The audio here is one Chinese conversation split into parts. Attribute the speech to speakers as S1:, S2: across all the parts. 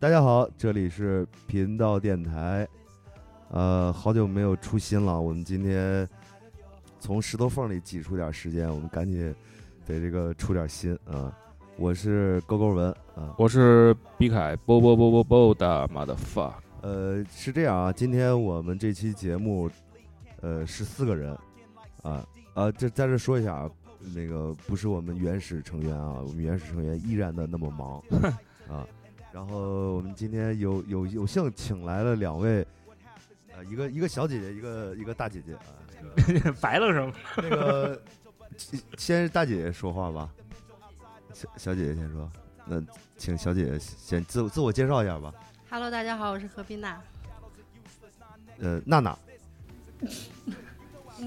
S1: 大家好，这里是频道电台，呃，好久没有出新了，我们今天从石头缝里挤出点时间，我们赶紧得这个出点新啊！我是勾勾文啊，
S2: 我是毕凯，啵啵啵啵啵的妈的 fuck，
S1: 呃，是这样啊，今天我们这期节目，呃，十四个人，啊啊，这在这说一下啊，那个不是我们原始成员啊，我们原始成员依然的那么忙 啊，然后我们今天有有有幸请来了两位，呃，一个一个小姐姐，一个一个大姐姐啊，那个
S3: 白了什么？
S1: 那个先先是大姐姐说话吧，小小姐姐先说，那请小姐姐先自自我介绍一下吧，
S4: Hello，大家好，我是何冰娜。
S1: 呃，娜娜。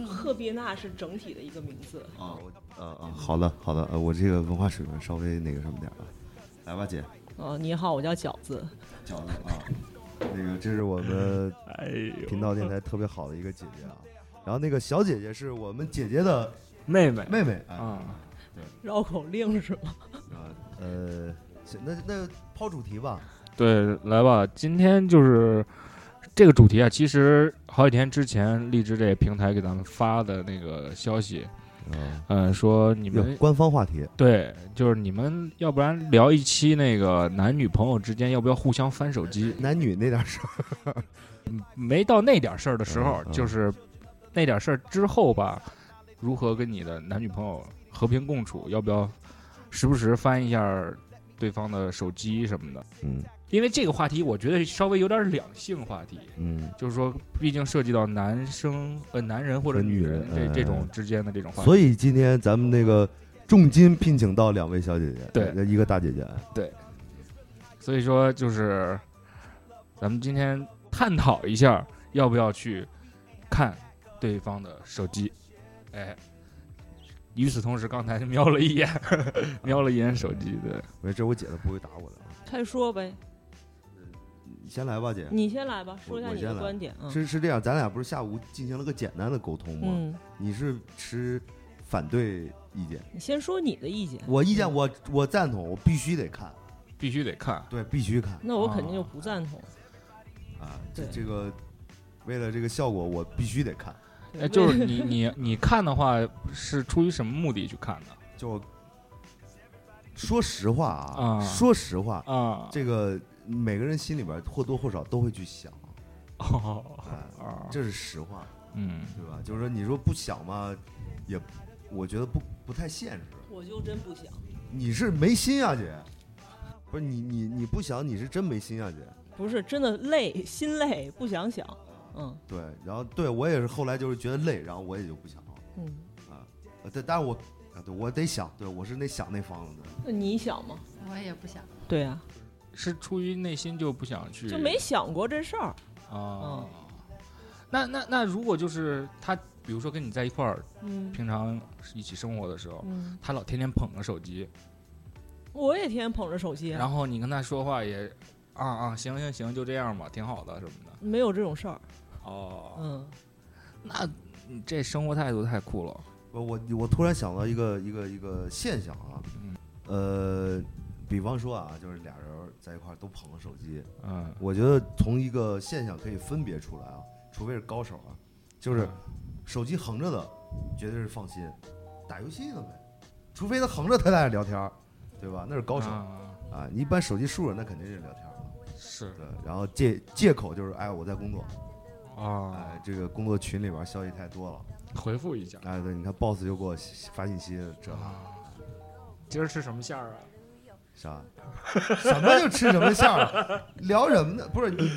S5: 赫必纳是整体的一个名字。
S1: 啊，我呃啊，好的好的，呃，我这个文化水平稍微那个什么点儿啊，来吧姐，
S5: 呃，你好，我叫饺子。
S1: 饺子啊，那个这是我们
S2: 哎呦
S1: 频道电台特别好的一个姐姐啊，然后那个小姐姐是我们姐姐的
S2: 妹妹
S1: 妹妹啊，
S2: 啊，
S5: 绕口令是吗？
S1: 啊呃，行那那抛主题吧，
S2: 对，来吧，今天就是这个主题啊，其实好几天之前荔枝这个平台给咱们发的那个消息，
S1: 啊，
S2: 嗯、说你
S1: 有
S2: 们
S1: 官方话题，
S2: 对，就是你们要不然聊一期那个男女朋友之间要不要互相翻手机，
S1: 男女那点事儿，
S2: 没到那点事儿的时候，
S1: 嗯嗯
S2: 就是那点事儿之后吧，如何跟你的男女朋友和平共处？要不要时不时翻一下对方的手机什么的？
S1: 嗯
S2: 因为这个话题，我觉得稍微有点两性话题，
S1: 嗯，
S2: 就是说，毕竟涉及到男生呃男人或者
S1: 和女
S2: 女
S1: 人
S2: 人这、
S1: 嗯
S2: 这种之间的这种话题。
S1: 所以今天咱们那个重金聘请到两位小姐姐，
S2: 对
S1: 呃，一个大姐姐，
S2: 所以说就是，咱们今天探讨一下，要不要去看对方的手机？哎，与此同时，刚才瞄了一眼， 瞄了一眼手机，对，
S1: 我这我姐她不会打我的啊，
S5: 快说呗，
S1: 你先来吧姐，
S5: 你先来吧，
S1: 我
S5: 说一下
S1: 我
S5: 你
S1: 先
S5: 的
S1: 来
S5: 观点啊。
S1: 是是这样，咱俩不是下午进行了个简单的沟通吗？
S5: 嗯，
S1: 你是持反对意见，
S5: 你先说你的意见。
S1: 我意见我我赞同，我必须得看，
S2: 必须得看。
S1: 对，必须看
S5: 那我肯
S1: 哦
S5: 定就不赞同。
S1: 啊！这
S5: 嗯对
S1: 这个为了这个效果，我必须得看，
S2: 哎，就是你你你看的话，是出于什么目的去看的
S1: 就说实话啊，
S2: 啊
S1: 说实话，
S2: 啊？
S1: 这个每个人心里边或多或少都会去想，
S2: 哦
S1: 哎
S2: 啊，
S1: 这是实话，
S2: 嗯，
S1: 对吧？就是说，你说不想嘛，也我觉得不不太现实。
S5: 我就真不想。
S1: 你是没心啊，姐？不是你你你不想，你是真没心啊，姐？
S5: 不是真的累，心累，不想想。嗯
S1: 对，然后对我也是后来就是觉得累，然后我也就不想了。
S5: 嗯，
S1: 呃但但是我啊，对我得想，对我是那想那方了的。
S5: 那你想吗？
S4: 我也不想，
S5: 对啊呀、
S2: 是出于内心就不想去，
S5: 就没想嗯过这事儿。
S2: 啊。那那那如果就是他，比如说跟你在一块儿，
S5: 嗯
S2: 平常一起生活的时候，
S5: 嗯，
S2: 他老天天捧着手机，
S5: 我也天天捧着手机，
S2: 然后你跟他说话也，啊啊，行行行，就这样吧，挺好的什么的。
S5: 没有这种事儿。
S2: 哦，
S5: 嗯，
S2: 那你嗯这生活态度太酷了。
S1: 我我我突然想到一个一个一个现象啊，
S2: 嗯
S1: 呃，比方说啊，就是俩人在一块儿都捧着手机，
S2: 嗯，
S1: 我觉得从一个现象可以分别出来啊，除非是高手啊，就是
S2: 嗯
S1: 手机横着的绝对是放心，打游戏呢呗，除非他横着他俩聊天儿，对吧？那是高手啊
S2: 啊
S1: 你一般手机竖着那肯定是聊天儿了，
S2: 嗯是
S1: 对，然后借借口就是哎我在工作，
S2: 啊，
S1: 哎这个工作群里边儿消息太多了。
S2: 回复一下
S1: 哎，对，你看 boss 又给我发信息，这
S2: 啊。今儿吃什么馅儿啊？
S1: 啥？什么就吃什么馅儿？ 聊什么呢？不是你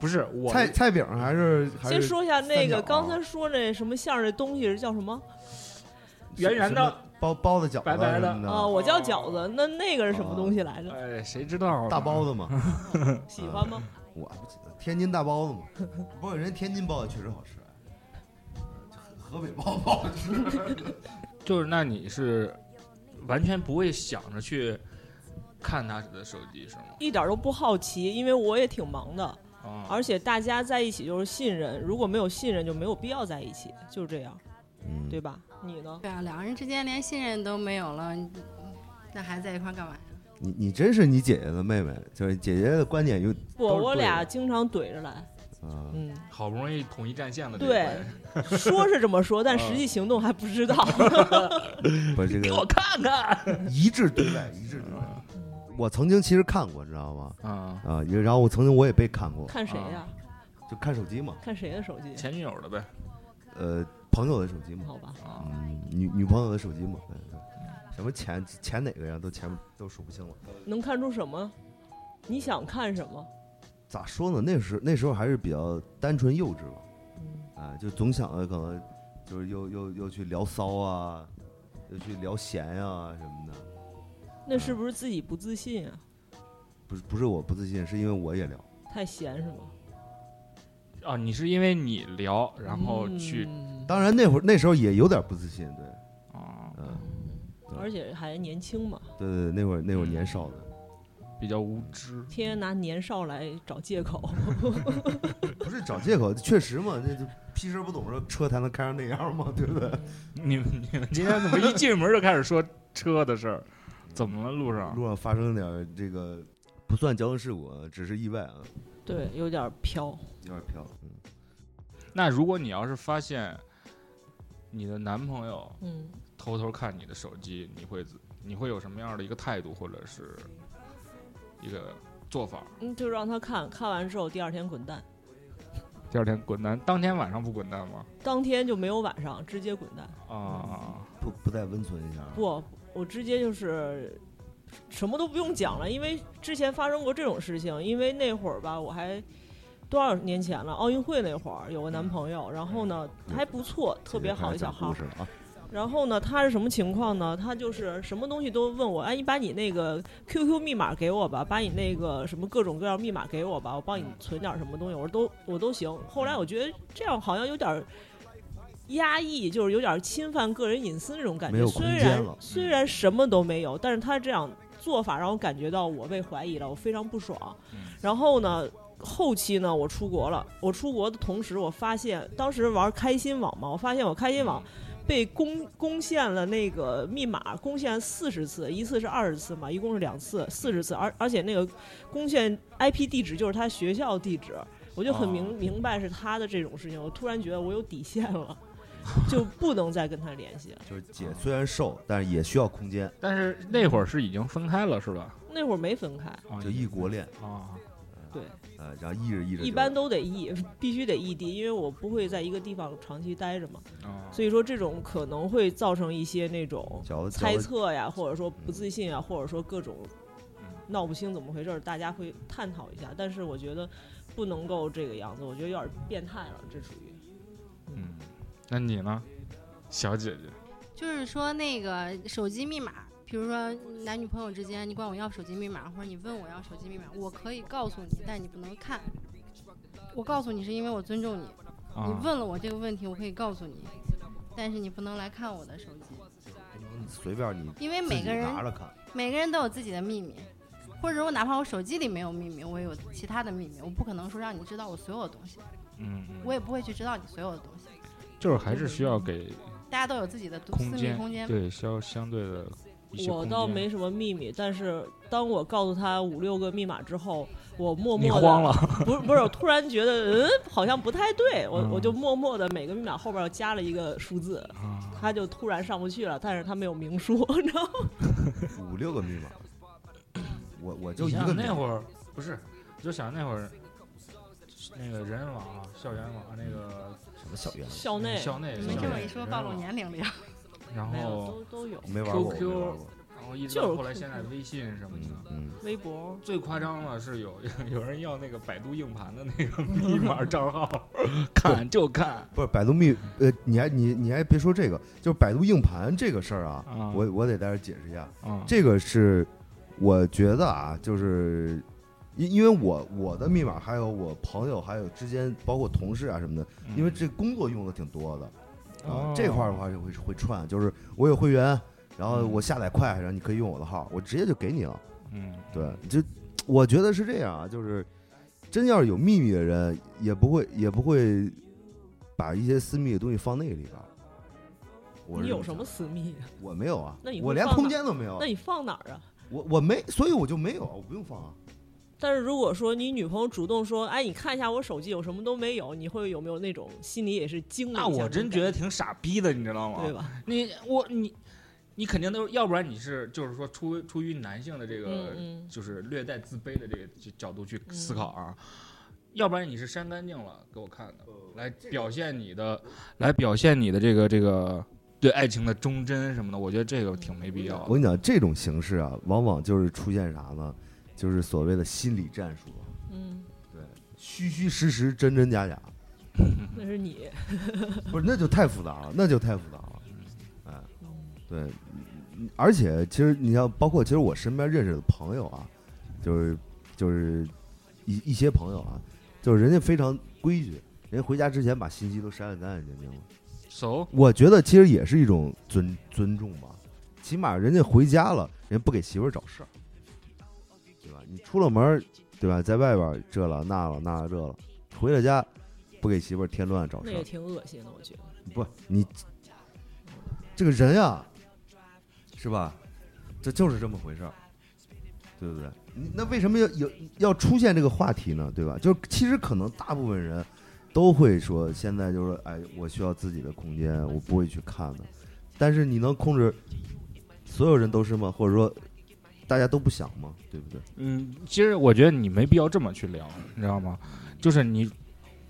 S2: 不是我
S1: 菜菜饼还是还是
S5: 先说一下那
S1: 三角
S5: 个
S1: 啊
S5: 刚才说那什么馅儿的东西是叫什么？
S2: 圆圆
S1: 什么
S2: 的，
S1: 包包子、饺子
S2: 白白的
S1: 什么
S5: 啊，
S1: 的，
S5: 我叫饺子，那那个是什么东西来着？
S2: 哎，谁知道
S1: 大包
S2: 子
S1: 子嘛，
S5: 喜欢吗？
S1: 我不记得天津大包子嘛，不过人天津包子确实好吃，啊河北包子不好吃。
S2: 就是那你是完全不会想着去看他的手机是吗？
S5: 一点都不好奇，因为我也挺忙的，
S2: 啊，
S5: 而且大家在一起就是信任，如果没有信任就没有必要在一起，就是这样，
S1: 嗯
S5: 对吧？你呢？
S4: 对啊，两个人之间连信任都没有了，你那还在一块儿干嘛呀？
S1: 你你真是你姐姐的妹妹，就是姐姐的观点有
S5: 不，
S2: 都是
S5: 我
S2: 对的
S5: 俩经常怼着来，
S1: 啊，
S5: 嗯，
S2: 好不容易统一战线了，
S5: 对说是这么说，
S2: 嗯
S5: 但实际行动还不 知道。
S1: 把这个
S2: 我看看
S1: 一致对外，一致对外。
S5: 嗯
S1: 我曾经其实看过，你知道吗？
S2: 啊，
S1: 啊，也然后我曾经我也被看过，
S5: 看谁呀？
S1: 就看手机嘛，
S5: 看谁的手机？
S2: 前女友的呗
S1: 呃，朋友的手机嘛，
S5: 好吧，
S2: 啊，
S1: 嗯，女女朋友的手机嘛，对对什么前前哪个呀，都前都数不清了。
S5: 能看出什么？你想看什么？
S1: 咋说呢？那时那时候还是比较单纯幼稚吧，
S5: 嗯
S1: 啊，就总想着可能就是又又又去聊骚啊，又去聊闲啊什么的。
S5: 那是不是自己不自信啊？
S1: 不是不是我不自信，是因为我也聊。
S5: 太闲是吗？
S2: 啊，你是因为你聊，然后去
S5: 嗯
S1: 当然那会儿那时候也有点不自信，对，
S2: 啊，
S1: 嗯，
S5: 而且还年轻嘛，
S1: 对对对，那会儿那会儿年少的，
S2: 比较无知，
S5: 天天拿年少来找借口。
S1: 不是找借口，确实嘛，那就屁事儿不懂，说车才能开成那样嘛，对不对？
S2: 你们你们今天 怎么一进门就开始说车的事儿？怎么了？路上
S1: 路上发生点儿这个不算交通事故啊，只是意外啊，
S5: 对，有点飘。
S1: 有点飘。嗯
S2: 那如果你要是发现你的男朋友
S5: 嗯，
S2: 偷偷看你的手机，你会怎你会有什么样的一个态度或者是一个做法？
S5: 嗯，就让他看看完之后，第二天滚蛋，
S2: 第二天滚蛋，当天晚上不滚蛋吗？
S5: 当天就没有晚上，直接滚蛋。嗯
S2: 啊，
S1: 不不再温存一下啊？
S5: 不，我直接就是什么都不用讲了，因为之前发生过这种事情。因为那会儿吧，我还多少年前了，奥运会那会儿有个男朋友，然后呢还不错，特别好一小
S1: 讲
S5: 孩
S1: 故
S5: 儿。
S1: 事了啊！
S5: 然后呢，他是什么情况呢？他就是什么东西都问我，哎，你把你那个 QQ 密码给我吧，把你那个什么各种各样密码给我吧，我帮你存点什么东西，我说都我都行。后来我觉得这样好像有点儿压抑，就是有点儿侵犯个人隐私那种感
S1: 没有
S5: 觉。虽
S1: 空间
S5: 然
S1: 了嗯
S5: 虽然什么都没有，但是他这样做法让我感觉到我被怀疑了，我非常不爽。然后呢，后期呢，我出国了。我出国的同时，我发现当时玩开心网嘛，我发现我开心网被攻攻陷了那个密码，攻陷四十次，一次是二十次嘛，一共是两次，四十次，而而且那个攻陷 IP 地址就是他学校地址，我就很明、
S2: 哦
S5: 明白是他的这种事情，我突然觉得我有底线了。就不能再跟他联系了。
S1: 就是姐虽然瘦，但是也需要空间，
S2: 但是那会儿是已经分开了是吧？
S5: 那会儿没分开，
S2: 啊，
S1: 就异国恋，
S2: 啊，
S5: 对，
S1: 呃，然后一着一着，
S5: 一般都得异，必须得异地，因为我不会在一个地方长期待着嘛。
S2: 啊
S5: 所以说这种可能会造成一些那种
S1: 嚼
S5: 猜
S1: 嚼
S5: 测呀，或者说不自信啊，或者说各种
S2: 嗯
S5: 闹不清怎么回事儿，大家会探讨一下。但是我觉得不能够这个样子，我觉得有点变态了，这属于。
S2: 嗯，那你呢，小姐姐？
S4: 就是说那个手机密码，比如说男女朋友之间，你管我要手机密码，或者你问我要手机密码，我可以告诉你，但你不能看。我告诉你是因为我尊重你，
S2: 啊
S4: 你问了我这个问题，我可以告诉你，但是你不能来看我的手机，
S1: 随便你
S4: 因为
S1: 自
S4: 每
S1: 己
S4: 个人
S1: 拿着看，
S4: 每个人都有自己的秘密，或者我哪怕我手机里没有秘密，我也有其他的秘密，我不可能说让你知道我所有的东西，
S2: 嗯，嗯
S4: 我也不会去知道你所有的东西。
S2: 就是还是需要给
S4: 大家都有自己的独私
S2: 空
S4: 密
S2: 间，
S4: 空间，
S2: 对，需要相对的一些
S5: 我
S2: 空
S5: 倒
S2: 间
S5: 没，什么秘密，但是当我告诉他五六个密码之后，我默
S2: 你
S5: 默 的
S2: 慌了，
S5: 不是不是，我突然觉得嗯好像不太对，我、
S2: 嗯
S5: 我就默默的每个密码后边儿加了一个数字，
S2: 啊
S5: 他就突然上不去了，但是他没有明说，你知道吗？
S1: 五六个密码，我我就
S2: 你
S1: 一
S2: 想
S1: 个密
S2: 那
S1: 码，
S2: 会儿不是，就想那会儿那个人人网、啊、校园网、啊、那个
S1: 什么小圆，
S5: 校内
S2: 校内，
S4: 你们
S2: 校
S4: 这么
S2: 内
S4: 一说
S2: 人
S4: 暴
S2: 人
S4: 露
S2: 网，
S4: 年龄了呀。
S2: 然
S5: 没有
S2: 后
S5: 都都有，
S1: 没玩过，我
S2: QQ
S1: 没玩过，
S2: 然后一直
S5: 就
S2: 到
S5: 是
S2: 后来，现在
S5: QQ
S2: 微信什么的。
S1: 嗯嗯，
S5: 微博
S2: 最夸张的是有 有人要那个百度硬盘的那个密码账号， 看就看
S1: 不是百度密，呃，你还你你还别说这个，就是百度硬盘这个事儿啊，
S2: 啊
S1: 我我得在这儿解释一下，
S2: 啊
S1: 这个是我觉得啊，就是因因为我我的密码还有我朋友还有之间包括同事啊什么的，因为
S2: 嗯
S1: 这工作用的挺多的啊、
S2: 哦
S1: 这块儿的话是会会串，就是我有会员，然后
S2: 嗯
S1: 我下载快，然后你可以用我的号，我直接就给你了。
S2: 嗯
S1: 对，就我觉得是这样啊，就是真要是有秘密的人，也不会也不会把一些私密的东西放那个里边儿。我是这
S5: 你有什
S1: 想
S5: 么私密？
S1: 我没有啊
S5: 那你，会
S1: 我连
S5: 放
S1: 空
S5: 哪
S1: 间都没有。
S5: 那你放哪儿啊？
S1: 我我没，所以我就没有，我不用放啊。
S5: 但是如果说你女朋友主动说，哎，你看一下我手机，有什么都没有，你会有没有那种心里也是惊了一
S2: 那
S5: 下
S2: 我真觉
S5: 那
S2: 得挺傻逼的，你知道
S5: 种
S2: 吗？
S5: 感觉对吧？
S2: 你我你你肯定都，要不然你是就是说出出于男性的这个、
S5: 嗯
S2: 就是略带自卑的这个角度去
S5: 嗯
S2: 思考啊，要不然你是删干净了给我看的，来表现你的来表现你的这个这个对爱情的忠贞什么的，我觉得这个挺没
S5: 嗯
S2: 必要
S1: 我
S2: 的。
S1: 跟你讲，这种形式啊，往往就是出现啥呢？就是所谓的心理战术，
S5: 嗯
S1: 虚虚实实，真真假假，
S5: 嗯，那是你，
S1: 不是那就太复杂了，那就太复杂了。
S5: 嗯
S1: 对，嗯嗯而且其实你像包括其实我身边认识的朋友啊，就是就是一一些朋友啊，就是人家非常规矩，人家回家之前把信息都删得干干净净了。
S2: So，
S1: 我觉得其实也是一种尊尊重吧，起码人家回家了，人家不给媳妇儿找事儿，对吧？你出了门儿，对吧？在外边儿这了那了那了这了，回了家不给媳妇儿添乱找
S5: 那
S1: 事
S5: 也
S1: 儿，
S5: 挺恶心的，我觉得。
S1: 不，你这个人呀、是吧？这就是这么回事儿，对不对？你那为什么要有要出现这个话题呢？对吧？就是其实可能大部分人都会说，现在就是哎，我需要自己的空间，我不会去看的。但是你能控制所有人都是吗？或者说大家都不想吗？对不对？
S2: 嗯，其实我觉得你没必要这么去聊，你知道吗？就是你，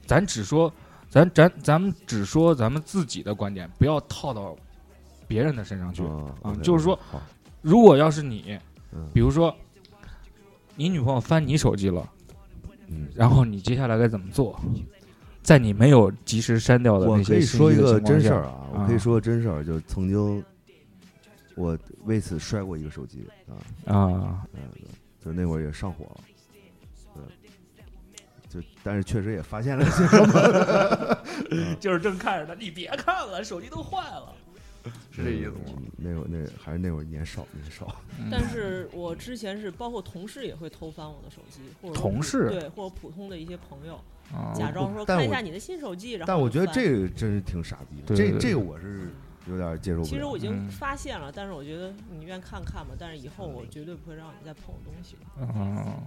S2: 咱只说，咱咱咱们只说咱们自己的观点，不要套到别人的身上去。
S1: 啊
S2: 啊
S1: OK，
S2: 就是说
S1: 好，
S2: 如果要是你，
S1: 嗯
S2: 比如说你女朋友翻你手机了，
S1: 嗯，
S2: 然后你接下来该怎么做？在你没有及时删掉的
S1: 我
S2: 那
S1: 可
S2: 些
S1: 以
S2: 信息
S1: 说一
S2: 的
S1: 个
S2: 情况
S1: 真事
S2: 下
S1: 儿啊，我可以说个真事儿，就是曾经我为此摔过一个手机啊，
S2: 啊，
S1: 嗯，就那会儿也上火了，对，就但是确实也发现了些 什么，
S2: 就是正看着他，你别看了，手机都坏了，是这意思吗？
S1: 嗯？那会儿那还是那会儿年少年少，
S5: 但是我之前是包括同事也会偷翻我的手机，或者
S2: 同事
S5: 对，或者普通的一些朋友，
S2: 啊
S5: 假装说
S1: 但
S5: 看一
S1: 我
S5: 下你的新手机，然后
S1: 但我觉
S5: 就
S1: 得
S5: 翻
S1: 这个真是挺傻逼的，
S2: 对
S1: 这
S2: 对
S1: 这个我是有点接受不了。
S5: 其实我已经
S2: 嗯
S5: 发现了，但是我觉得你宁愿看看吧，但是以后我绝对不会让你再碰我东西。
S2: 啊，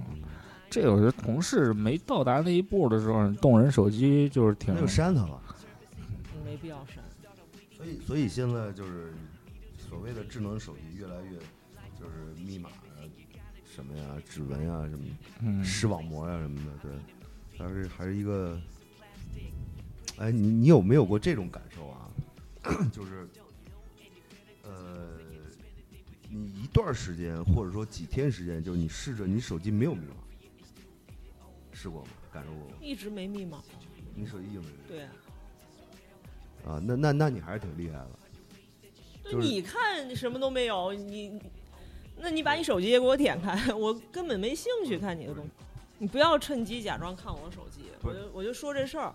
S2: 这有的同事没到达那一步的时候，你动人手机就是挺
S1: 那就删他了，
S5: 没必要删。
S1: 所以所以现在就是所谓的智能手机越来越就是密码啊什么呀、指纹啊什么的。
S2: 嗯
S1: 视网膜呀、什么的，对，还是还是一个，哎，你你有没有过这种感受啊？ 就是，呃，你一段时间或者说几天时间，就是你试着你手机没有密码，试过吗？感受过吗？
S5: 一直没密码，
S1: 你手机有没有密
S5: 对啊。
S1: 码啊？那那那你还是挺厉害的。
S5: 那
S1: 就是
S5: 你看什么都没有，你，那你把你手机也给我点开， 我根本没兴趣看你的东西。你不要趁机假装看我手机，
S1: 不
S5: 我
S1: 是
S5: 就我就说这事儿。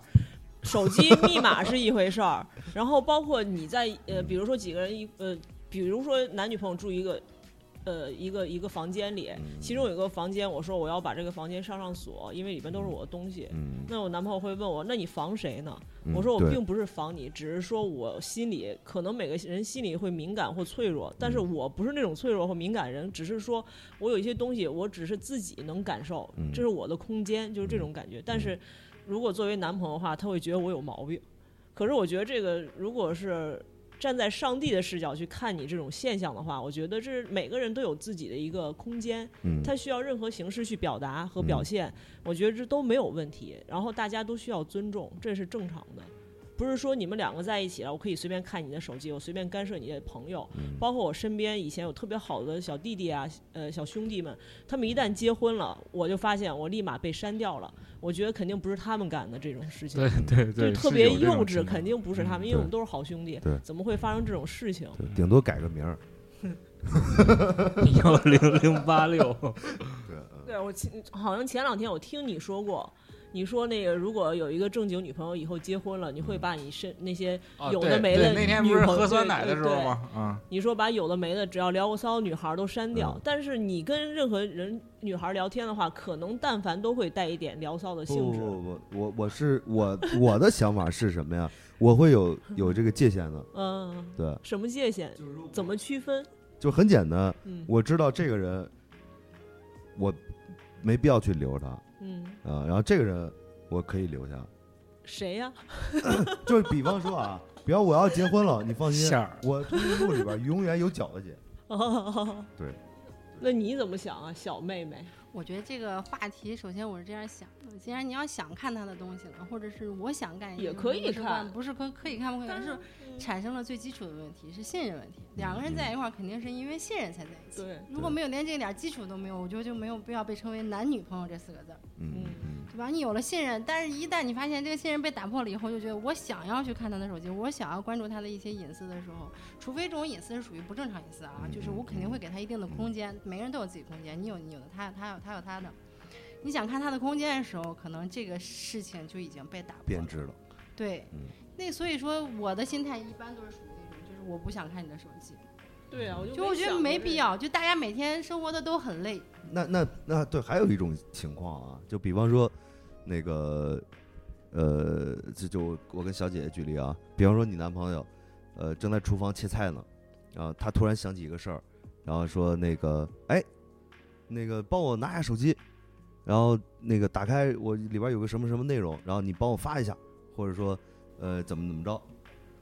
S5: 手机密码是一回 事儿，然后包括你在呃，比如说几个人一呃，比如说男女朋友住一个呃一个一个房间里，哎其中有一个房间，我说我要把这个房间上上锁，因为里边都是我的东西。
S1: 嗯，
S5: 那我男朋友会问我，那你防谁呢？
S1: 嗯
S5: 我说我
S1: 对
S5: 并不是防你，只是说我心里可能每个人心里会敏感或脆弱，但是
S1: 嗯
S5: 我不是那种脆弱或敏感人，只是说我有一些东西，我只是自己能感受，
S1: 嗯
S5: 这是我的空间，就是这种感觉。但是如果作为男朋友的话，他会觉得我有毛病。可是我觉得这个如果是。站在上帝的视角去看你这种现象的话，我觉得这是每个人都有自己的一个空间，
S1: 嗯
S5: 他需要任何形式去表达和
S2: 嗯
S5: 表现，我觉得这都没有问题。然后大家都需要尊重，这是正常的，不是说你们两个在一起了，我可以随便看你的手机，我随便干涉你的朋友，
S1: 嗯
S5: 包括我身边以前有特别好的小弟弟啊，呃，小兄弟们，他们一旦结婚了，我就发现我立马被删掉了。我觉得肯定不是他们干的这种事情
S2: 对， 对
S5: 就是
S2: 对，
S5: 特
S2: 是
S5: 别
S2: 有这种
S5: 幼
S2: 情
S5: 稚，
S2: 况嗯
S5: 肯定不是他们，因为
S1: 对
S5: 我们都是好兄弟
S1: 对，
S5: 怎么会发生这种事情？
S1: 对顶多改个名儿。
S2: 幺零零八 六，
S1: 对，嗯
S5: 对我前好像前两天我听你说过，你说那个如果有一个正经女朋友以后结婚了，你会把你身那些
S1: 啊
S5: 有的
S2: 啊对
S5: 没
S2: 对
S5: 的
S2: 那天
S5: 女
S2: 不是
S5: 朋
S2: 喝
S5: 友
S2: 酸
S5: 对
S2: 奶的时
S5: 对
S2: 候
S5: 对
S2: 吗？啊，
S5: 你说把有的没的只要聊过骚的女孩都删掉，
S1: 嗯
S5: 但是你跟任何人女孩聊天的话，可能但凡都会带一点聊骚的性
S1: 不
S5: 质。
S1: 不不不，我我是我我的想法是什么呀？我会有有这个界限的，
S5: 嗯，
S1: 对，
S5: 什么界限？怎么区分？
S1: 就很简单。
S5: 嗯
S1: 我知道这个人，我没必要去留他啊、
S5: 嗯，
S1: 然后这个人我可以留下，
S5: 谁呀？
S1: 就是比方说啊，比方我要结婚了，你放心
S2: 馅，儿
S1: 我通讯录里边永远有饺子姐。对。
S5: 那你怎么想啊，小妹妹？
S4: 我觉得这个话题，首先我是这样想的：既然你要想看他的东西了，或者是我想干一个
S5: 也
S4: 什么
S5: 可以
S4: 不是
S5: 看嗯
S4: 不是可可以看不可以看，是产生了最基础的问题，是信任问题。两个人在
S2: 嗯
S4: 一块儿，肯定是因为信任才在一起。
S5: 对，
S4: 如果没有连这点基础都没有，我觉得就没有必要被称为男女朋友这四个字儿，
S1: 嗯嗯
S4: 对吧？你有了信任，但是一旦你发现这个信任被打破了以后，就觉得我想要去看他的手机，我想要关注他的一些隐私的时候，除非这种隐私是属于不正常隐私啊，就是我肯定会给他一定的空间，每个人都有自己空间，你有你有的，他有他有他有他的。你想看他的空间的时候，可能这个事情就已经被打破
S1: 编
S4: 了。
S1: 织了。
S4: 对
S1: 嗯，
S4: 那所以说我的心态一般都是属于那种，就是我不想看你的手机，
S5: 对啊，我就
S4: 就我觉
S5: 想
S4: 得
S5: 过
S4: 没
S5: 这
S4: 必
S5: 个。
S4: 要。就大家每天生活的都很累，
S1: 那那那对，还有一种情况啊，就比方说那个呃，这就我跟小姐姐举例啊，比方说你男朋友呃正在厨房切菜呢，啊，他突然想起一个事儿，然后说那个哎，那个帮我拿下手机，然后那个打开我里边有个什么什么内容，然后你帮我发一下，或者说呃怎么怎么着，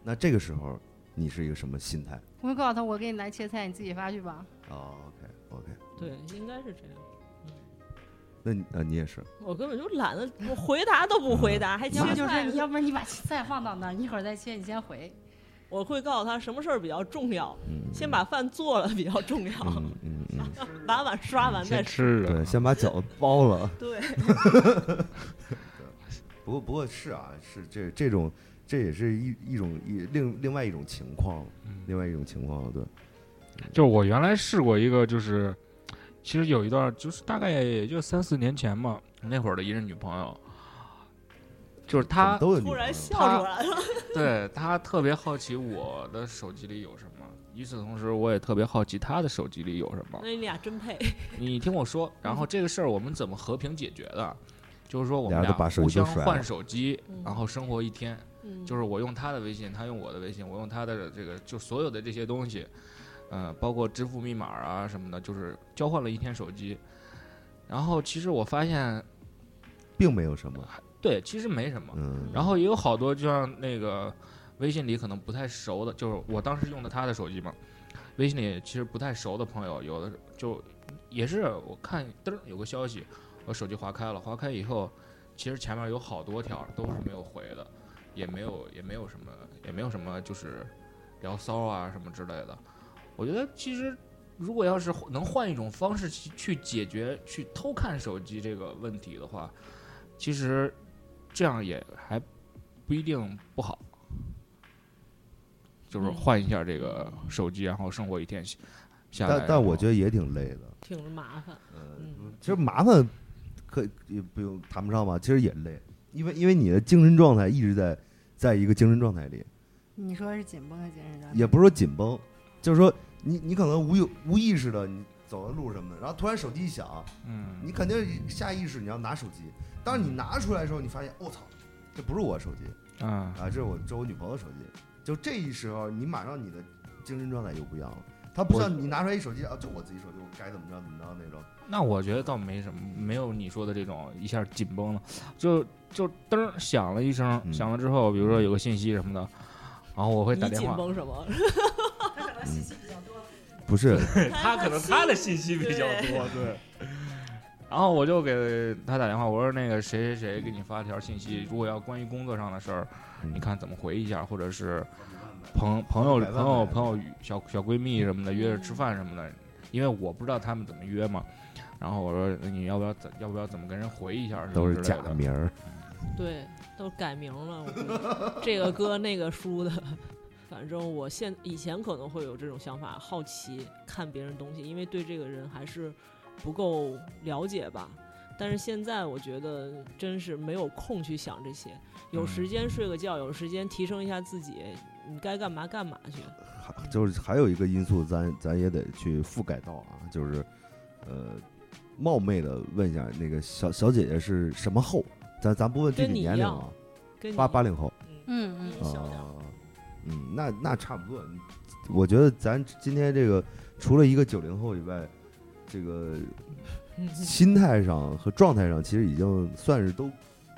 S1: 那这个时候你是一个什么心态？
S4: 我会告诉他，我给你来切菜，你自己发去吧。
S1: 哦，OK OK，
S5: 对，应该是这样。
S1: 那你啊你也是，
S5: 我根本就懒得，我回答都不回答，还切
S4: 要不就是
S5: 菜
S4: 你，要不然你把切菜放到那儿，一会儿再切，你先回。
S5: 我会告诉他什么事儿比较重要，
S1: 嗯，嗯
S5: 先把饭做了比较重要，
S1: 嗯嗯嗯。
S5: 把碗刷完再
S2: 先
S5: 吃。
S2: 吃
S1: 对，
S2: 着，
S1: 先把饺子包了。
S5: 对，
S1: 不过不过是啊，是这这种这也是一一种一另另外一种情况，
S2: 嗯
S1: 另外一种情况，对，
S2: 就我原来试过一个，就是其实有一段，就是大概也就三四年前嘛，那会儿的一任女朋友，就是
S1: 怎么
S2: 她，
S1: 都有女
S5: 突
S1: 朋友
S5: 然笑出来了。
S2: 对她特别好奇我的手机里有什么。与此同时，我也特别好奇她的手机里有什么
S5: 那。你俩真配，
S2: 你听我说，然后这个事儿我们怎么和平解决的？就是说我们
S1: 俩人
S2: 俩
S1: 都把手
S2: 互
S1: 机都
S2: 相
S1: 甩了
S2: 换手机
S5: 嗯，
S2: 然后生活一天。
S5: 嗯
S2: 就是我用他的微信，他用我的微信，我用他的这个，就所有的这些东西，呃，包括支付密码啊什么的，就是交换了一天手机。然后其实我发现，
S1: 并没有什么，
S2: 对，其实没什么。
S1: 嗯，
S2: 然后也有好多，就像那个微信里可能不太熟的，就是我当时用的他的手机嘛，微信里其实不太熟的朋友，有的就也是我看嘚儿有个消息，我手机划开了，划开以后，其实前面有好多条都是没有回的，也没有也没有什么也没有什么就是聊骚啊什么之类的。我觉得其实如果要是能换一种方式去去解决去偷看手机这个问题的话，其实这样也还不一定不好。就是
S5: 嗯
S2: 换一下这个手机，然后生活一天下来。
S1: 但但我觉
S2: 得
S1: 得也挺累的，
S5: 挺麻烦。
S1: 嗯
S5: 嗯，
S1: 其实麻烦可也不用谈不上吧，其实也累，因为因为你的精神状态一直在在一个精神状态里，
S4: 你说是紧绷的精神状态，
S1: 也不是说紧绷，就是说你你可能无有无意识的你走在路什么的，然后突然手机一响，
S2: 嗯，
S1: 你肯定下意识你要拿手机，当你拿出来的时候，你发现我操，这不是我手机
S2: 啊，
S1: 啊，这是我这是我女朋友手机。就这一时候，你马上你的精神状态就不一样了。它不像你拿出来一手机啊，就我自己手机，我该怎么着怎么着那种。
S2: 那我觉得倒没什么，没有你说的这种一下紧绷了，就就噔儿响了一声，
S1: 嗯
S2: 响了之后，比如说有个信息什么的，然后我会打
S5: 你
S2: 电
S5: 紧
S2: 话。
S5: 绷什么？
S1: 不是，
S2: 他 可能他的信息比较 多，对。然后我就给他打电话，我说那个谁谁谁给你发条信息，如果要关于工作上的事儿，
S1: 嗯
S2: 你看怎么回一下，或者是朋朋友
S1: 百万
S2: 朋
S1: 百
S2: 友
S1: 万
S2: 朋友小小闺蜜什么的约着吃饭什么的，因为我不知道他们怎么约嘛。然后我说你要不要怎要不要怎么跟人回一下什么
S1: 都是
S2: 之类
S1: 假
S2: 的
S1: 名儿。
S5: 对，都改名了，我估计这个哥那个叔的。 反正我现以前可能会有这种想法，好奇看别人东西，因为对这个人还是不够了解吧。但是现在我觉得真是没有空去想这些，有时间睡个觉，有时间提升一下自己，你该干嘛干嘛去。
S1: 还就是还有一个因素咱，咱也得去覆盖到啊，就是呃，冒昧的问一下，那个小小姐姐是什么后？咱咱不问具
S5: 跟
S1: 体
S5: 你一
S1: 年龄
S5: 样
S1: 啊，
S5: 跟你
S1: 八八零后。
S4: 嗯嗯。
S1: 哦
S5: 小点儿
S1: 哦，嗯，那那差不多。我觉得咱今天这个除了一个九零后以外，这个 心态上和状态上，其实已经算是都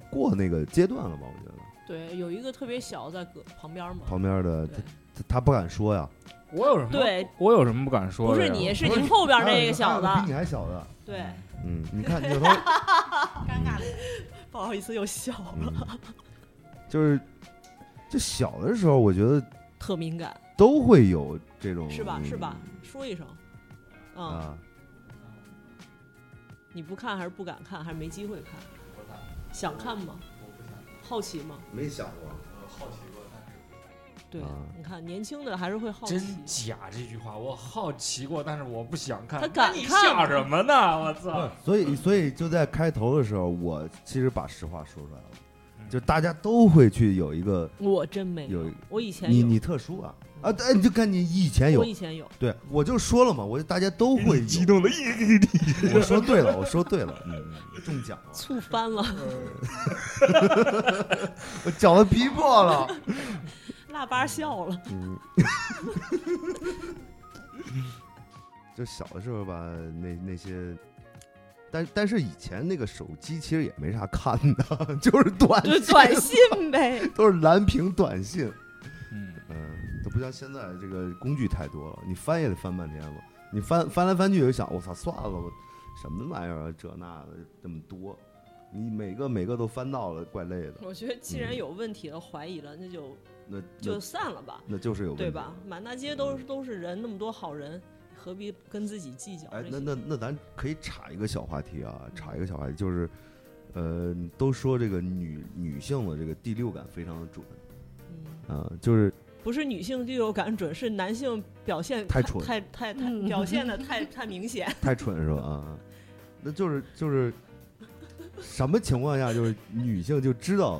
S1: 过那个阶段了吧？我觉得
S5: 对，有一个特别小在隔旁边嘛，
S1: 旁边的
S5: 对
S1: 他他他不敢说呀，
S2: 我有什么？
S5: 对，
S2: 我有什么不敢说
S5: 不
S2: 的
S5: 是
S2: 呀？
S5: 你，是你后边那个小
S1: 还有比
S5: 子，
S1: 你还小的，
S5: 对，
S1: 嗯，你看 扭头，
S4: 尴尬的
S5: 不好意思又笑了，
S1: 嗯，就是就小的时候，我觉得
S5: 特敏感，
S1: 都会有这种，
S5: 是吧？是吧？说一声，嗯，
S1: 啊，
S5: 你不看还是不敢看，还是没机会看？想看吗？好奇吗？
S1: 没想过，
S5: 对
S1: 啊，
S5: 你看年轻的还是会好奇，
S2: 真假这句话，我好奇过，但是我不想看。
S5: 他敢
S2: 那你
S5: 看
S2: 想什么呢？我操！
S1: 所以，所以就在开头的时候，我其实把实话说出来了，就大家都会去有一个
S5: 我真没
S1: 有一
S5: 我以前
S1: 你
S5: 哎有，
S1: 你特殊啊啊！对，你就看你以前有
S5: 我以，前有，
S1: 对我就说了嘛，我就大家都会有
S2: 激，动的，
S1: 我说对了，我说对了，嗯，嗯中奖了，
S5: 醋翻 了，
S1: 我脚都皮破了，
S5: 腊八笑了，
S1: 嗯，就小的时候吧，那那些。但但是以前那个手机其实也没啥看的， 就是短
S5: 就短信呗。
S1: 都是蓝屏短信，
S2: 嗯，
S1: 嗯，都不像现在这个工具太多了，你翻也得翻半天了。你翻翻来翻去，就想我操，算了，我什么玩意儿啊，这那的这么多，你每个每个都翻到了，怪累的。
S5: 我觉得既然有问题了，怀疑了，那就
S1: 那
S5: 就
S1: 那
S5: 散了吧，
S1: 那就是有问题，
S5: 对？吧？满大街都是都是人，那么多好人，何必跟自己计较
S1: 哎
S5: 这，
S1: 那
S5: 些？
S1: 那那咱可以插一个小话题啊，插一个小话题，就是，呃，都说这个女女性的这个第六感非常的准
S5: 嗯，
S1: 啊、就是
S5: 不是女性第六感准，是男性表现
S1: 太蠢
S5: 太太太
S4: 嗯
S5: 表现的太太明显。
S1: 太蠢是吧？啊，那就是就是什么情况下，就是女性就知道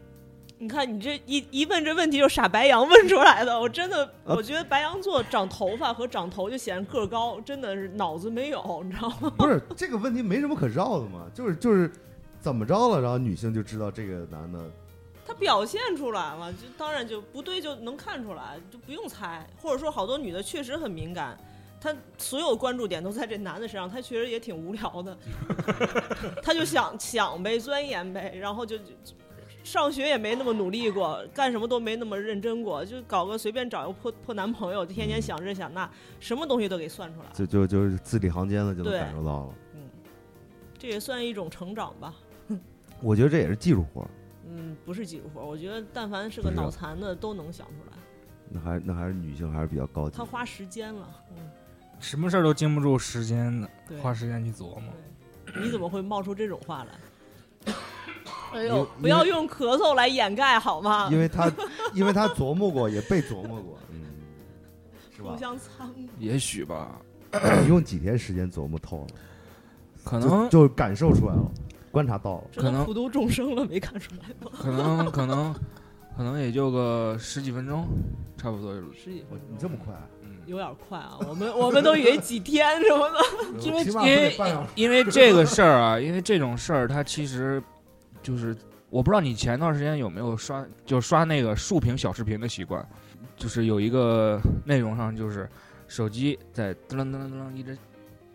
S5: 你看，你这一一问这问题，就傻白羊问出来的。我真的，
S1: 呃
S5: 我觉得白羊座长头发和长头就显得个儿高，真的是脑子没有，你知道吗？
S1: 不是这个问题没什么可绕的嘛，就是就是怎么着了，然后女性就知道这个男的
S5: 他表现出来了，就当然就不对，就能看出来，就不用猜。或者说，好多女的确实很敏感，她所有关注点都在这男的身上，她确实也挺无聊的，她就想想呗，钻研呗，然后就就就上学也没那么努力过，干什么都没那么认真过，就搞个随便找一个破破男朋友，就天天想这想那，什么东西都给算出来。
S1: 就就就是字里行间的就能
S5: 对
S1: 感受到了。
S5: 嗯，这也算一种成长吧。
S1: 我觉得这也是技术活儿，
S5: 嗯，不是技术活儿，我觉得但凡是个
S1: 不是
S5: 脑残的都能想出来，
S1: 那还那还是女性还是比较高级
S5: 他。花时间了。嗯。
S2: 什么事儿都经不住时间的，
S5: 对
S2: 花时间去琢磨。
S5: 你怎么会冒出这种话来？ 哎
S1: 因为
S5: 呦，不要用咳嗽来掩盖好吗？
S1: 因为他因为他琢磨过，也被琢磨过，嗯，是吧
S5: 互？相参谋。
S2: 也许吧，
S1: 你用几天时间琢磨透了，
S2: 可
S1: 就
S2: 能，
S1: 就感受出来了，观察到了。
S5: 这
S2: 可
S5: 都
S2: 能
S5: 普度众生了，没看出来吗？
S2: 可能，可能，可能也就个十几分钟，差不多就是。
S5: 十几分
S1: 我
S5: 钟
S1: 你这么快，
S2: 嗯，
S5: 有点快啊！我们我们都以为几天什么的。
S2: 因
S1: 呃
S2: 为
S1: 我起码
S2: 因
S1: 得啊
S2: 为
S1: 半小时
S2: 因为这个事儿啊，因为这种事儿，它其实就是我不知道你前段时间有没有刷，就刷那个竖屏小视频的习惯，就是有一个内容上就是手机在噔噔噔噔噔一直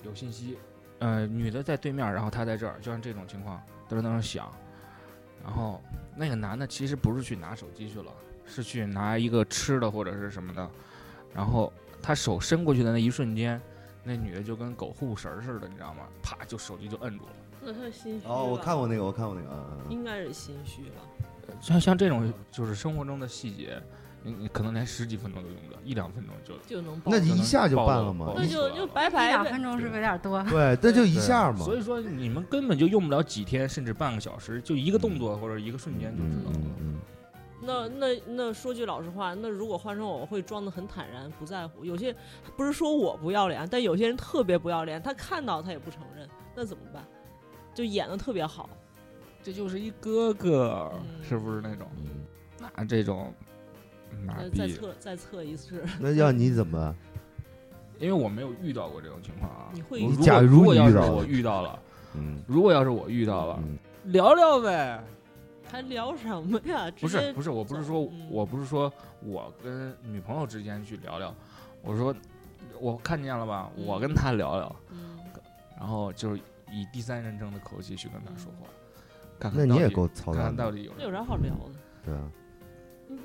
S2: 有信息，呃，女的在对面，然后他在这儿，就像这种情况噔噔噔响，然后那个男的其实不是去拿手机去了，是去拿一个吃的或者是什么的，然后他手伸过去的那一瞬间。那女的就跟狗护食儿似的，你知道吗？啪，就手机就摁住了。
S5: 那他心虚
S1: 哦，我看，过那个，我看过那个，嗯嗯嗯
S5: 应该是心虚吧？
S2: 像像这种嗯就是生活中的细节，你你可能连十几分钟都用不了，一两分钟就
S5: 就能爆
S1: 那一下就
S2: 暴露
S1: 办了吗
S2: 暴？露啊
S5: 那就就拜
S4: 一
S5: 拜
S4: 两
S5: 呗
S4: 分。钟是不是有点 多？
S1: 对，这就一下嘛。
S2: 所以说你们根本就用不了几天，甚至半个小时，就一个动作或者一个瞬间就知
S1: 嗯
S2: 道
S1: 嗯
S2: 了。
S1: 嗯，
S5: 那那那说句老实话，那如果换成我，我会装的很坦然，不在乎。有些不是说我不要脸，但有些人特别不要脸，他看到他也不承认，那怎么办？就演的特别好，
S2: 这就是一哥哥，
S5: 嗯
S2: 是不是那种？
S1: 嗯
S2: 那这种麻
S5: 再再
S2: 痹，
S5: 测再测一次。
S1: 那要你怎么办？
S2: 因为我没有遇到过这种情况啊。
S5: 你会
S2: 我
S5: 遇
S2: 如果
S1: 假如
S2: 如果
S1: 你遇
S2: 要是
S1: 到
S2: 我
S1: 了
S2: 遇到了，
S1: 嗯
S2: 如果要是我遇到了，
S1: 嗯
S2: 聊聊呗。
S5: 还聊什么呀？
S2: 不
S5: 直接
S2: 是不是，我不是说
S5: 嗯
S2: 我不是说我跟女朋友之间去聊聊，我说我看见了吧？
S4: 嗯
S2: 我跟他聊聊，
S4: 嗯，
S2: 然后就是以第三人称的口气去跟他说话，看看
S1: 那你
S2: 到
S1: 也
S2: 底
S1: 够操蛋
S2: 看看到
S1: 的，
S2: 底有
S5: 嗯那有啥好聊的？
S1: 对啊，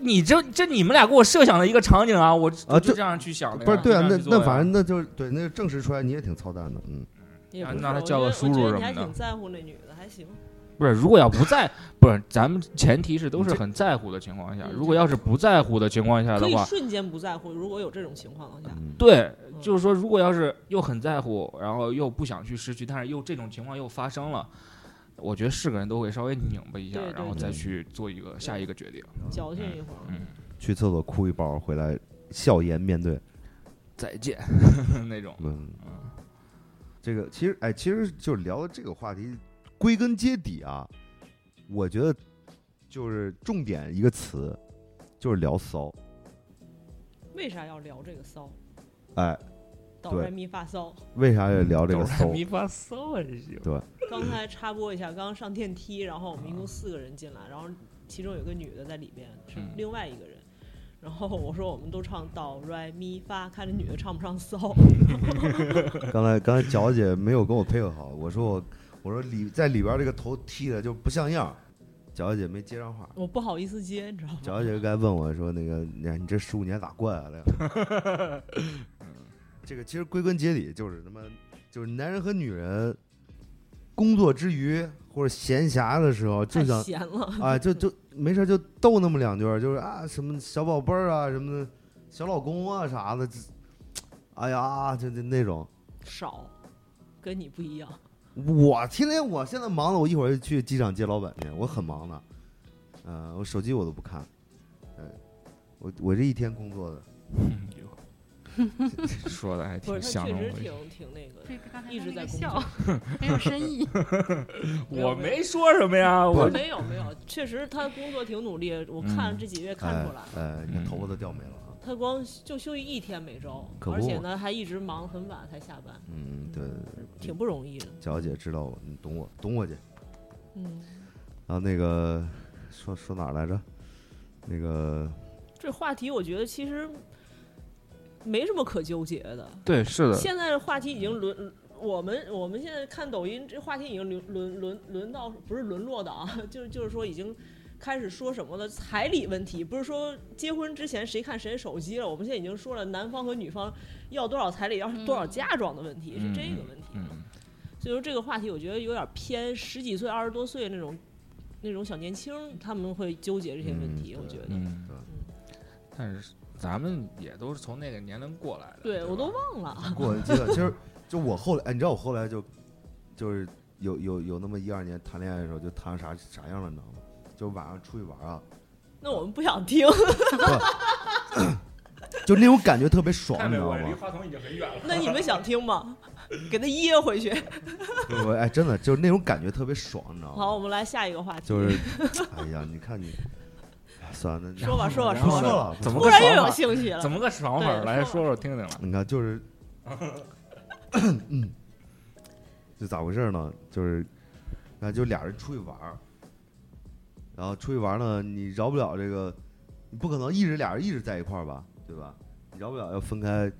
S2: 你这这你们俩给我设想的一个场景啊，我我就
S1: 这
S2: 这样去想的
S1: 不
S2: 呀，
S1: 是对啊，
S2: 就这
S1: 那
S2: 样去做
S1: 那
S2: 呀
S1: 反正那就是对，那就证实出来你也挺操蛋的，嗯，
S5: 也
S2: 啊
S5: 不是
S2: 那他
S5: 我
S2: 叫
S5: 觉
S2: 个
S5: 得
S2: 叔
S5: 我觉
S2: 叔
S5: 得
S2: 什
S5: 你还
S2: 么的
S5: 挺在乎那女的，还行。
S2: 不是，如果要不在，不是，咱们前提是都是很在乎的情况下，
S5: 嗯
S2: 如果要是不在乎的情况下
S5: 可
S2: 的
S5: 以
S2: 话，
S5: 瞬间不在乎，如果有这种情况下，
S1: 嗯
S2: 对，
S5: 嗯
S2: 就是说，如果要是又很在乎，然后又不想去失去，但是又这种情况又发生了，我觉得是个人都会稍微拧巴一下，
S5: 对对
S2: 然后
S1: 对
S2: 再去做一个下一个决定。
S5: 矫情一会儿。
S2: 嗯，
S1: 去厕所哭一包回来，笑颜面对，
S2: 再见 那种。
S1: 嗯
S2: 嗯，
S1: 这个其实哎，其实就是聊的这个话题，归根结底啊，我觉得就是重点一个词，就是聊骚，
S5: 为啥要聊这个骚？
S1: 哎，
S5: 哆
S1: 对
S5: 来咪发骚。
S1: 为啥要聊这
S2: 哆
S1: 个
S2: 来
S1: 骚？
S2: 咪发骚啊，这是
S5: 刚才插播一下，刚刚上电梯，然后我们一共四个人进来，然后其中有个女的在里边，是
S2: 嗯
S5: 另外一个人。然后我说我们都唱哆来咪发，看这女的唱不唱骚。
S1: 刚才刚才娇姐没有跟我配合好，我说我我说里在里边这个头剃的就不像样儿，娇姐没接上话。
S5: 我不好意思接，你知道吗？
S1: 娇姐刚才问我说那个你你这十五年咋过来的呀？这个其实归根结底就是他妈就是男人和女人工作之余或者闲暇的时候就
S5: 太
S1: 想
S5: 哎闲了，
S1: 啊就就没事就逗那么两句儿，就是啊什么小宝贝儿啊什么的小老公啊啥的，这哎呀就就那种。
S5: 少，跟你不一样。
S1: 我天天我现在忙的，我一会儿就去机场接老板去，我很忙的。嗯、我手机我都不看。嗯、我我这一天工作的，
S2: 嗯 说的还
S5: 不
S2: 挺
S5: 是，他
S2: 像
S5: 确
S2: 那么
S5: 实
S2: 回事。
S5: 挺挺那个的。
S4: 这个刚才
S5: 一直
S4: 他那个
S5: 在工
S4: 笑， 很有深 意。
S2: 我没说什么呀，
S1: 不
S2: 我
S5: 没有没有，确实他工作挺努力，我
S2: 嗯
S5: 看这几个月看出来。
S1: 哎，哎你看头发都掉没了啊。
S5: 他光就休息一天每周，
S1: 可不
S5: 而且呢还一直忙很晚才下班，
S1: 嗯，对，对对
S5: 挺不容易的。
S1: 娇姐知道我，你懂我，懂我姐。
S5: 嗯，
S1: 然后那个说说哪儿来着？那个
S5: 这话题我觉得其实没什么可纠结的。
S2: 对是的，
S5: 现在话题已经沦，我们我们现在看抖音，这话题已经沦沦沦沦到不是沦落的啊， 就是就是说已经开始说什么了彩礼问题，不是说结婚之前谁看谁手机了，我们现在已经说了男方和女方要多少彩礼，要多少嫁妆的问题、
S2: 嗯
S5: 是这个问题。
S2: 嗯，
S5: 所以说这个话题，我觉得有点偏十几岁、二十多岁那种那种小年轻，他们会纠结这些问题。
S1: 嗯
S5: 我觉得，
S2: 嗯
S1: 对，
S2: 但是咱们也都是从那个年龄过来的，
S5: 对
S2: 吧
S5: 我都忘了。啊
S1: 过完期 了，其实就我后来，哎，你知道我后来就就是有有有那么一二年谈恋爱的时候，就谈成啥啥样了，你知道吗？就晚上出去玩啊，
S5: 那我们不想听，
S1: 就那种感觉特别爽，
S2: 看
S1: 你
S2: 没
S1: 知道
S2: 我
S1: 吗
S2: 离？话筒已经很远了。
S5: 那你们想听吗？给他噎回去。
S1: 我哎，真的就是那种感觉特别爽，你知
S2: 哦
S1: 道
S5: 好，
S1: 吗？
S5: 我们来下一个话题。
S1: 就是， 哎呀，你看你，哎算了，那
S5: 说吧，说吧，
S2: 然
S5: 说
S1: 不
S2: 后
S1: 说
S2: 呢
S5: 吧。
S1: 了，
S2: 怎么
S5: 突
S2: 个
S5: 然
S2: 爽
S5: 又有
S2: 法
S5: 兴趣了
S2: 怎。么个爽法儿？
S5: 对
S2: 来
S5: 说
S2: 说说听听吧。
S1: 你看就是， 嗯，就咋回事呢？就是，那就俩人出去玩儿，然后出去玩儿呢，你饶不了这个，你不可能一直俩人一直在一块儿吧，对吧？你饶不了要分开，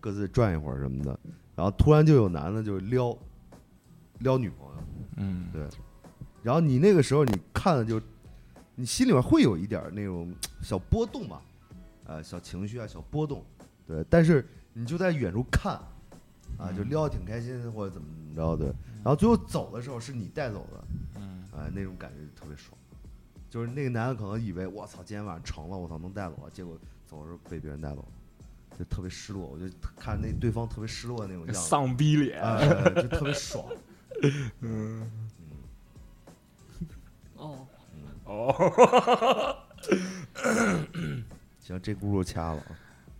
S1: 各自转一会儿什么的。然后突然就有男的就撩，撩女朋友，
S2: 嗯
S1: 然后你那个时候你看的就，你心里面会有一点儿那种小波动吧，呃，小情绪啊，小波动，对。但是你就在远处看，啊，就
S2: 嗯
S1: 撩得挺开心或者怎么怎么着的。然后最后走的时候是你带走的，
S2: 嗯
S1: 啊、那种感觉特别爽。就是那个男的可能以为我操，今天晚上成了，我操能带走啊，结果走的时候被别人带走了，就特别失落。我就看那对方特别失落的那种样子，
S2: 丧逼脸
S1: 啊、呃，就特别爽。
S5: 哦，
S2: 哦，
S1: 行，这轱辘掐了啊。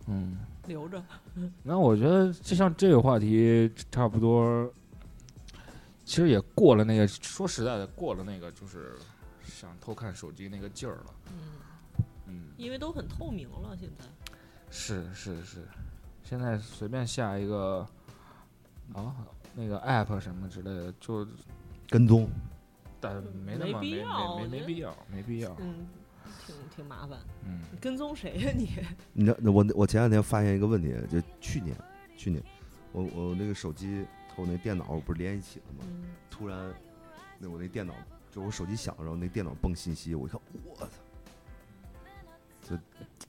S2: 嗯，
S5: 留着。
S2: 那我觉得就像这个话题差不多，其实也过了那个，说实在的，过了那个就是想偷看手机那个劲儿了。
S5: 嗯，
S2: 嗯，
S5: 因为都很透明了，现在。
S2: 是是是，现在随便下一个啊那个 app 什么之类的，就
S1: 跟踪，
S2: 但没那么
S5: 没必
S2: 没
S5: 要
S2: 没
S5: 我
S2: 没
S5: 觉
S2: 没
S5: 得
S2: 必要，没必要。
S5: 嗯，挺挺麻烦。
S2: 嗯
S5: 跟踪谁呀你？
S1: 你知道，我我前两天发现一个问题，就去年去年我我那个手机和我那电脑我不是连一起了吗？
S5: 嗯
S1: 突然那我那电脑就我手机响了，然后那电脑蹦信息，我一看我操，就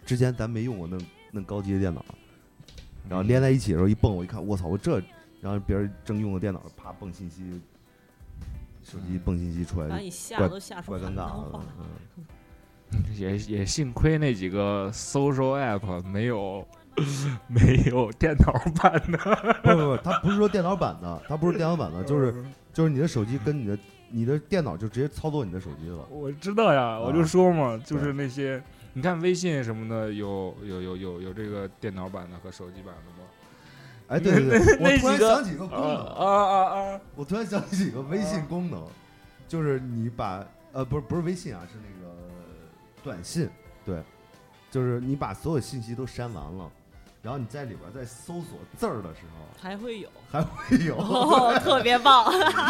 S1: 之前咱没用过那那高级的电脑，然后连在一起的时候一蹦，我一看我操，我这然后别人正用的电脑啪蹦信息，手机蹦信息出
S5: 把
S1: 来，
S5: 你吓
S1: 怪
S5: 都吓出
S1: 怪尴
S5: 邯
S1: 尬
S5: 郸
S1: 了
S5: 话。。
S1: 嗯
S2: 也也幸亏那几个 social app 没 有没有电脑版的，
S1: 不不不，它不是说电脑版的，它不是电脑版的，就是就是你的手机跟你的你的电脑就直接操作你的手机了。
S2: 我知道呀，我就说嘛，就是那些啊你看微信什么的，有有有有有这个电脑版的和手机版的吗？
S1: 哎，对对对，我
S2: 那
S1: 突然
S2: 几个
S1: 想起一个功能，
S2: 啊啊啊！
S1: 我突然想起一个微信功能，就是你把呃不是不是微信啊，是那个短信，对，就是你把所有信息都删完了，然后你在里边在搜索字儿的时候哎
S5: 还会有
S1: 还会有。
S5: 哦， 特别棒！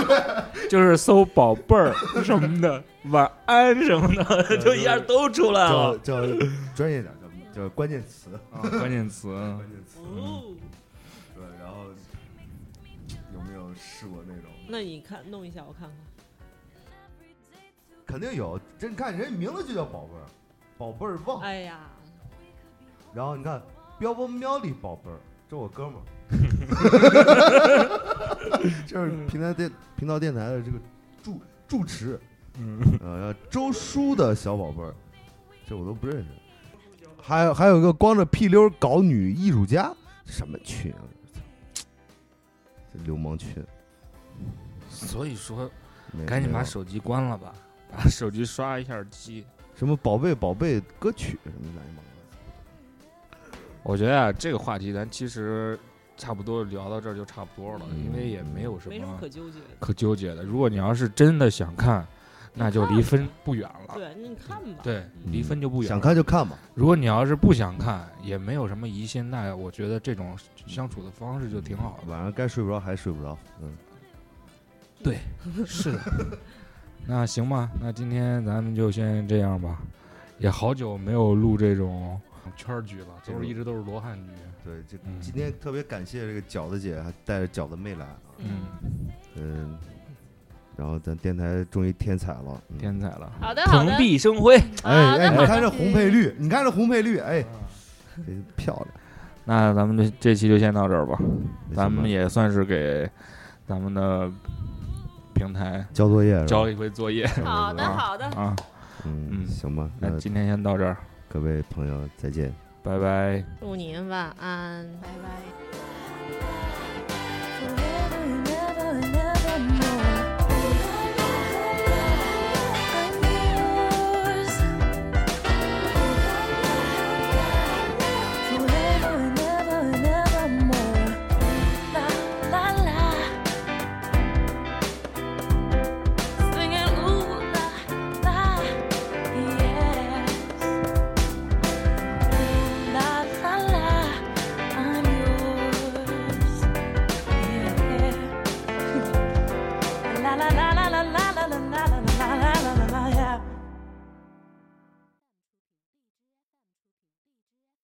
S2: 就是搜宝贝儿什么的，晚安什么的，
S1: 对
S2: 就一下都出来
S1: 叫
S2: 了。
S1: 叫专业点儿叫叫关键词，
S2: 啊关键词，
S1: 关键词。
S5: 哦，
S1: 对，然后有没有试过那种？
S5: 那你看弄一下我看看，
S1: 肯定有，这你看人家名字就叫宝贝儿，宝贝儿
S2: 哦
S1: 旺。
S5: 哎呀，
S1: 然后你看，喵不喵里宝贝儿，这我哥们儿，就是平台电频道电台的这个住住持，呃，然后周叔的小宝贝儿，这我都不认识。还有还有一个光着屁溜儿搞女艺术家，什么群啊？这流氓群，
S2: 所以说
S1: 没
S2: 赶紧
S1: 没
S2: 把
S1: 有
S2: 手机关了吧，把手机刷一下机。
S1: 什么宝贝宝贝歌曲什么乱七八糟的。
S2: 我觉得啊，这个话题咱其实差不多聊到这儿就差不多了，
S1: 嗯
S2: 因为也没有什
S5: 没什么
S2: 么
S5: 可纠结的。
S2: 可纠结的。如果你要是真的想看，那就离分不远了。
S5: 对，那你看吧。
S2: 对，
S1: 嗯
S2: 离分就不远。
S1: 想看就看吧。
S2: 如果你要是不想看，也没有什么疑心，那我觉得这种相处的方式就挺好
S1: 晚上该睡不着还睡不着，嗯，
S2: 的。是的， 那行吧，那今天咱们就先这样吧。也好久没有录这种圈儿局了，都是一直都是罗汉局。
S1: 对，这
S2: 嗯
S1: 今天特别感谢这个饺子姐还带着饺子妹来啊，
S2: 嗯，
S1: 嗯，然后咱电台终于添彩了，嗯
S2: 天才了，
S4: 好的好
S2: 蓬
S4: 的，
S2: 荜生辉。
S1: 哎
S4: 好的
S1: 哎，
S4: 啊好
S1: 你
S4: 的
S1: 看这红配绿，你看这红配绿，
S2: 嗯
S1: 哎，这漂亮，
S2: 那咱们这这期就先到这儿吧，咱们
S1: 也
S2: 也算是给咱们的平台
S1: 交作业是吧
S2: 交了一回作 业
S4: 好的好的，
S2: 啊。
S1: 嗯，
S2: 嗯
S1: 行吧，
S2: 那
S1: 那
S2: 今天先到这儿，
S1: 各位朋友再见。
S2: 拜拜。
S3: 祝您晚安。
S4: 拜拜。
S3: Forever